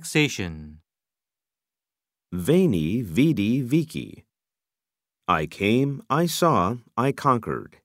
Relaxation. Veni, vidi, vici. I came, I saw, I conquered.